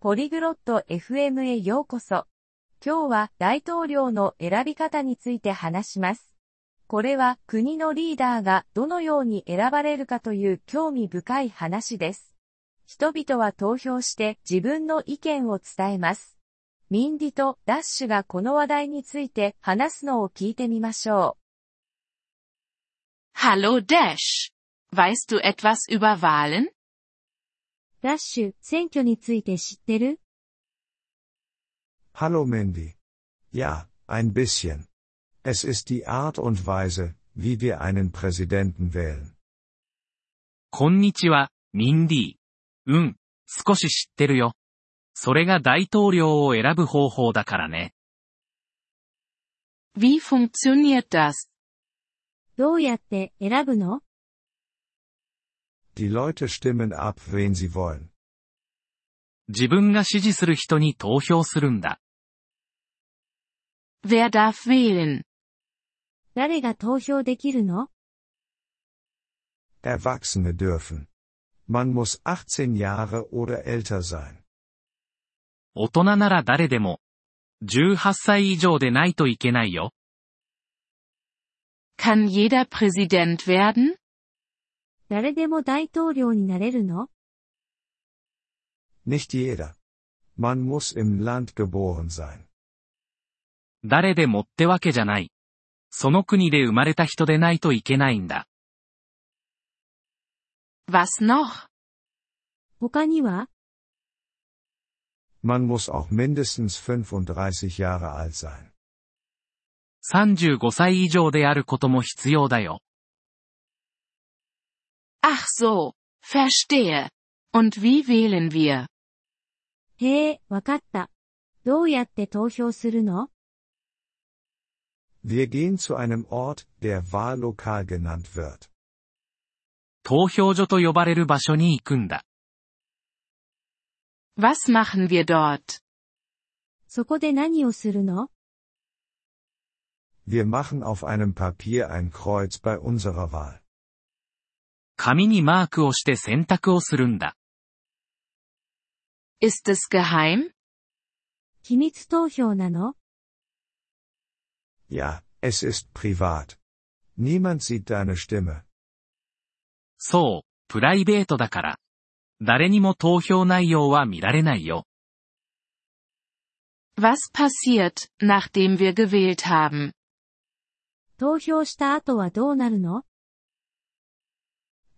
ポリグロット FM へようこそ。今日は大統領の選び方について話します。これは国のリーダーがどのように選ばれるかという興味深い話です。人々は投票して自分の意見を伝えます。ミンディとダッシュがこの話題について話すのを聞いてみましょう。 Hallo Dash. Weißt du etwas über Wahlen? ダッシュ、選挙について知ってる Hallo Mandy. Ja, ein bisschen. Es ist die Art und Weise, wie wir einen Präsidenten wählen. こんにちは、ミンディー。うん、少し知ってるよ。それが大統領を選ぶ方法だからね。 Wie funktioniert das? どうやって選ぶの Die Leute stimmen ab, wen sie wollen. 自分が支持する人に投票するんだ。 Wer darf wählen? 誰が投票できるの Erwachsene dürfen. Man muss 18 Jahre oder älter sein. 大人なら誰でも。18歳以上でないといけないよ。 Kann jeder Präsident werden? 誰でも大統領になれるの Nicht jeder. Man muss im Land geboren sein. 誰でもってわけじゃない。その国で生まれた人でないといけないんだ。 Was noch? 他には Man muss auch mindestens 35 Jahre alt sein. 35歳以上であることも必要だよ。 Ach so. Verstehe. Und wie wählen wir? へえ、わかった。どうやって投票するの Wir gehen zu einem Ort, der Wahllokal genannt wird. 投票所と呼ばれる場所に行くんだ。 Was machen wir dort? そこで何をするの Wir machen auf einem Papier ein Kreuz bei unserer Wahl. 紙にマークをして選択をするんだ。 Ist es geheim? 秘密投票なの Ja, es ist privat. Niemand sieht deine Stimme. そう、プライベートだから。誰にも投票内容は見られないよ。 Was passiert, nachdem wir gewählt haben? 投票した後はどうなるの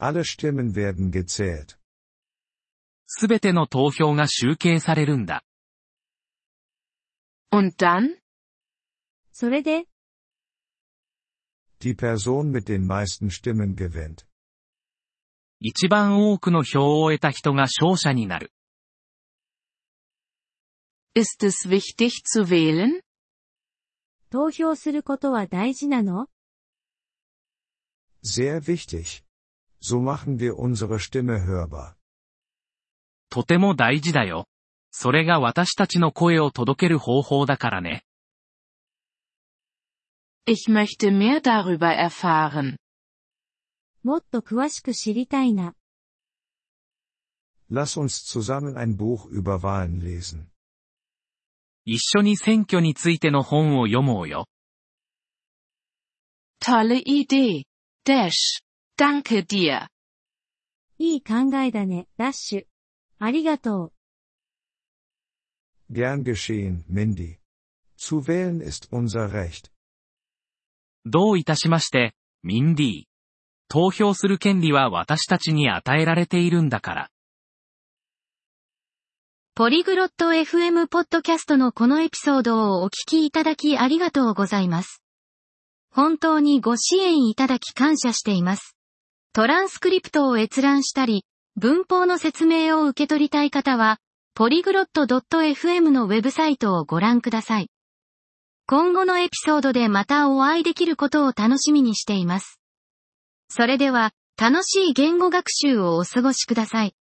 Alle Stimmen werden gezählt. すべての投票が集計されるんだ。 Und dann? それで、 Die Person mit den meisten Stimmen gewinnt. 一番多くの票を得た人が勝者になる。 Ist es wichtig zu wählen? 投票することは大事なの Sehr wichtig. So machen wir unsere Stimme hörbar. とても大事だよ。それが私たちの声を届ける方法だからね。 Ich möchte mehr darüber erfahren. もっと詳しく知りたいな。 Lass uns zusammen ein Buch über Wahlen lesen. 一緒に選挙についての本を読もうよ。 Tolle Idee. Dash. Danke dir. いい考えだね、ダッシュ。ありがとう。 Gern geschehen, Mindy. Zu wählen ist unser Recht. どういたしまして、ミンディー。投票する権利は私たちに与えられているんだから。ポリグロット FM ポッドキャストのこのエピソードをお聞きいただきありがとうございます。本当にご支援いただき感謝しています。トランスクリプトを閲覧したり、文法の説明を受け取りたい方は、ポリグロット .fm のウェブサイトをご覧ください。今後のエピソードでまたお会いできることを楽しみにしています。それでは、楽しい言語学習をお過ごしください。